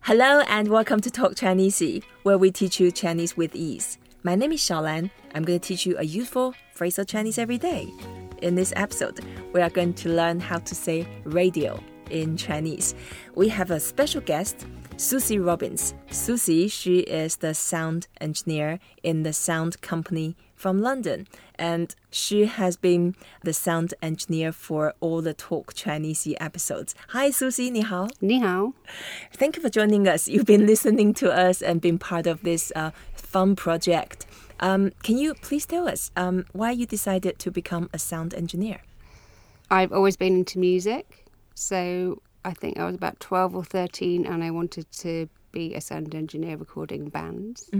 Hello and welcome to Talk Chinese, where we teach you Chinese with ease. My name is Xiaolan. I'm going to teach you a useful phrasal Chinese every day. In this episode, we are going to learn how to say radio in Chinese. We have a special guest, Susie Robbins. Susie, she is the sound engineer in the sound company from London, and she has been the sound engineer for all the Talk Chinese episodes. Hi, Susie, 你好.你好， Thank you for joining us. You've been listening to us and been part of this uh, fun project. Um, can you please tell us um, why you decided to become a sound engineer? I've always been into music, so I think I was about 12 or 13 and I wanted to be a sound engineer recording bands.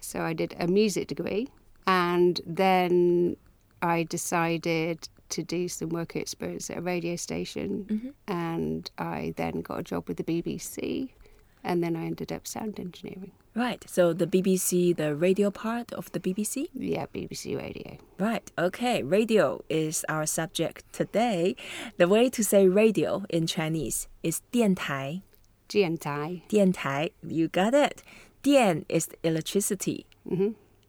So I did a music degree and then I decided to do some work experience at a radio station and I then got a job with the BBC and then I ended up sound engineering. Right. So the BBC, the radio part of the BBC. Yeah, BBC Radio. Right. Okay. Radio is our subject today. The way to say radio in Chinese is 电台. GMTI. 电台. You got it. 电 is the electricity,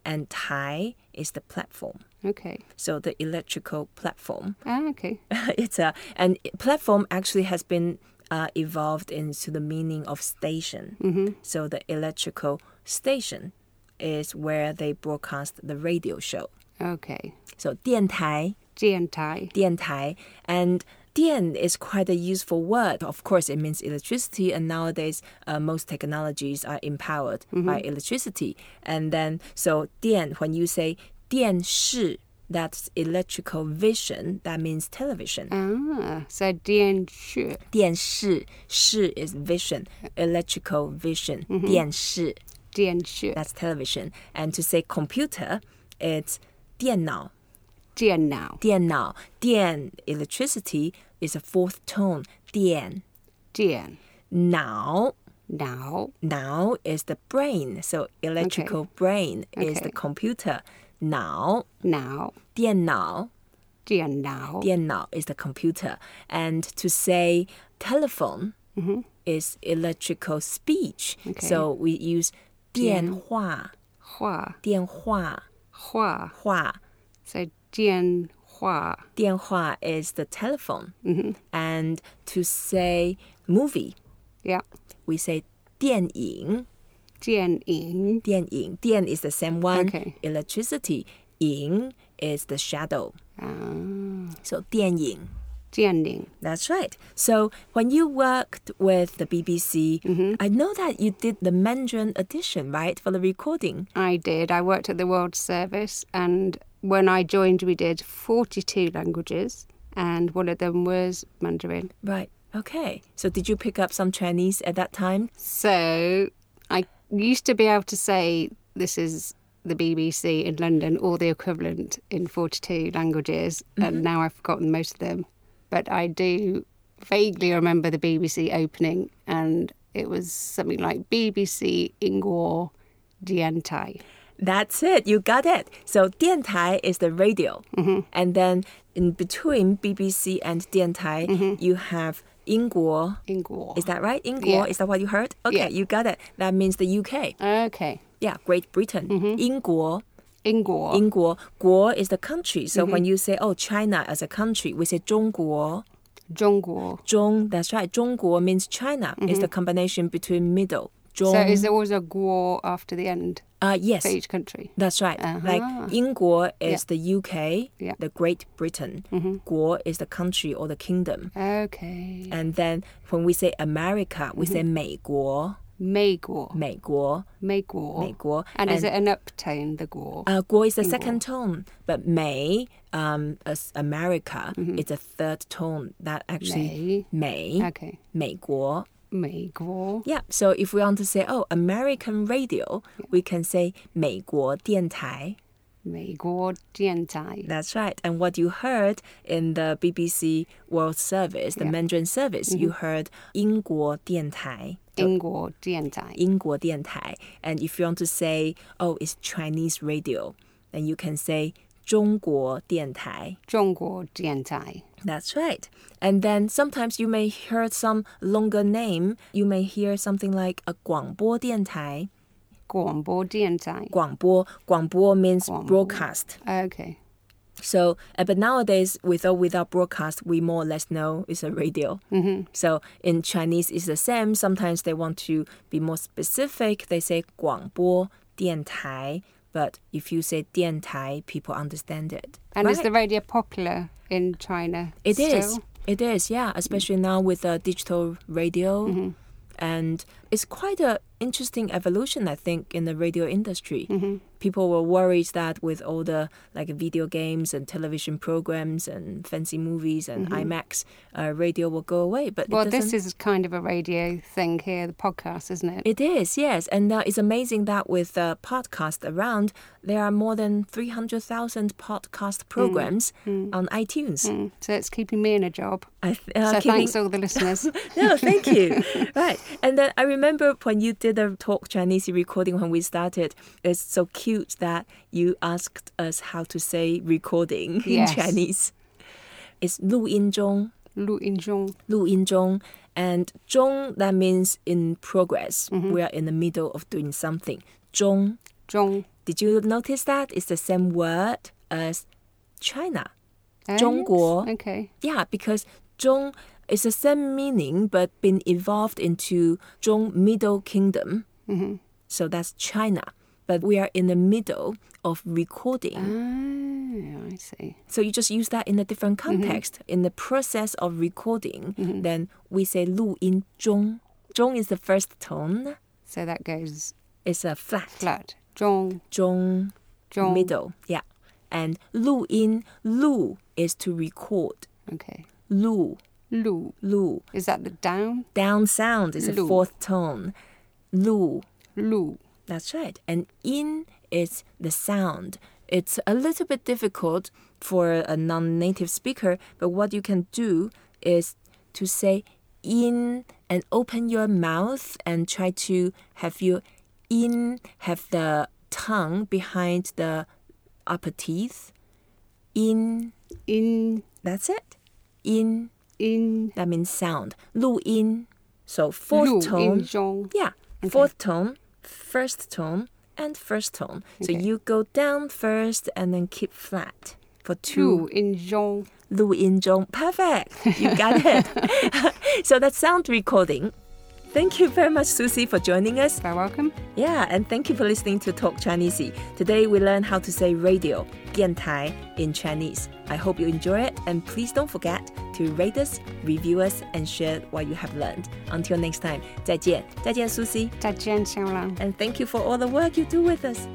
and 台 is the platform. Okay. So the electrical platform. Ah, okay. it's a and platform actually has been uh, evolved into the meaning of station. So the electrical station is where they broadcast the radio show. Okay. So 电台, GMTI. 电台, and 电 is quite a useful word. Of course, it means electricity, and nowadays uh, most technologies are empowered by electricity. And then, so 电, when you say 电视, that's electrical vision, that means television. Ah, so DNC. 电视，视 is vision, electrical vision. 电视电视、 that's television. And to say computer, it's 电脑.电脑、电脑,电 electricity is a fourth tone. 电 now 电脑、 now is the brain. So electrical brain is the Okay. computer. Now 脑、电脑电脑、电脑 is the computer, and to say telephone is electrical speech. Mm-hmm. Okay. So we use 电话,画、画。电话,话,所以电话、电话 is the telephone. Mm-hmm. And to say movie, yeah, we say 电影,电影、电影,电 is the same one. Okay. Electricity, 影 is the shadow. 啊、 So 电影.电影。 That's right. So when you worked with the BBC, Mm-hmm. I know that you did the Mandarin edition, right, for the recording. I did. I worked at the World Service, and when I joined, we did 42 languages, and one of them was Mandarin. Right. Okay. So did you pick up some Chinese at that time? So I used to be able to say this is the BBC in London or the equivalent in 42 languages, and now I've forgotten most of them. But I do vaguely remember the BBC opening, and it was something like BBC Ingor Diantai. That's it. You got it. So 电台 is the radio, Mm-hmm. and then in between BBC and 电台, Mm-hmm. you have 英国. Ingor. Is that right? 英国. Yeah. Is that what you heard? Okay, Yeah. you got it. That means the UK. Okay. Yeah, Great Britain. Mm-hmm. 英国. Ingor. 英国,国 is the country. So Mm-hmm. when you say, oh, China as a country, we say 中国. Jongor. 中, that's right. 中国 means China. It's the combination between middle. 中, Mm-hmm. So is there always a guo after the end uh, yes, for each country? that's right. Uh-huh. Like 英国 is the UK, Yeah. Mm-hmm. the Great Britain. 国 is the country or the kingdom. Okay. And then when we say America, we Mm-hmm. say 美国,美国。美国。美国,美国. And is it an uptone, the gore? Uh, guo is the second tone, but Mei, um, as America, Mm-hmm. it's a third tone. That actually Mei, okay. Mei Guo. 美国 Yeah. So if we want to say, oh, American radio, we can say Mei Guo Dian Tai. 美国电台 That's right. And what you heard in the BBC World Service, the Mandarin service, you heard 英国 Dian Tai. 英国电台英国电台. And if you want to say, oh, it's Chinese radio, then you can say 中国电台. Zhongguo Diantai. That's right. And then sometimes you may hear some longer name. You may hear something like a 广播电台. Guanbo Diantai. 广播,广播 means 广播. broadcast. Okay. So, uh, but nowadays, with or without broadcast, we more or less know it's a radio. Mm-hmm. So in Chinese, it's the same. Sometimes they want to be more specific. They say 广播电台, but if you say 电台, people understand it. And is Right. the radio popular in China? It is. still? It is, yeah, especially now with uh, digital radio. Mm-hmm. And it's quite a interesting evolution, I think, in the radio industry. Mm-hmm. People were worried that with all the like video games and television programs and fancy movies and IMAX, uh, radio will go away. But Mm-hmm. Well, it doesn't. this is kind of a radio thing here, the podcast, isn't it? It is, yes. And uh, it's amazing that with uh, podcast around, there are more than 300,000 podcast programs on iTunes. Mm. So it's keeping me in a job. I th- uh, so keeping- thanks all the listeners. no, thank you. right. And then I remember when you did a talk Chinese recording when we started, it's so cute that you asked us how to say recording Yes. in Chinese. It's 录音中, Lu Injong. 录音中, and 中 that means in progress. We are in the middle of doing something. 中, Zhong. did you notice that? It's the same word as China. Eh? 中国. Okay. Yeah, because 中 is the same meaning but been evolved into 中 Middle Kingdom. So that's China. But we are in the middle of recording. Ah, I see. So you just use that in a different context. In the process of recording, then we say 录音中.中 is the first tone. So that goes It's a flat. flat. Zhong. 中, Zhong. middle. Yeah. And 录音,录 is to record. Okay. 录, Lu. 录. Is that the down? down sound is a Lu. fourth tone. Lu, Lu. that's right. And in is the sound. It's a little bit difficult for a non native speaker, but what you can do is to say in and open your mouth and try to have your in have the tongue behind the upper teeth. In, In. that's it. In, In. that means sound. 录音, so fourth Lu tone. In Zhong. Yeah. Fourth tone, first tone, and first tone. So Okay. you go down first and then keep flat for two. Lu In Zhong. Lu in zhong. Perfect. You got it. so that's sound recording. Thank you very much, Susie, for joining us. You're welcome. Yeah, and thank you for listening to Talk Chinese. Today we learned how to say radio, 电台, in Chinese. I hope you enjoy it, and please don't forget to rate us, review us, and share what you have learned. Until next time, 再见,再见 Susie, 再见，小郎。 and thank you for all the work you do with us.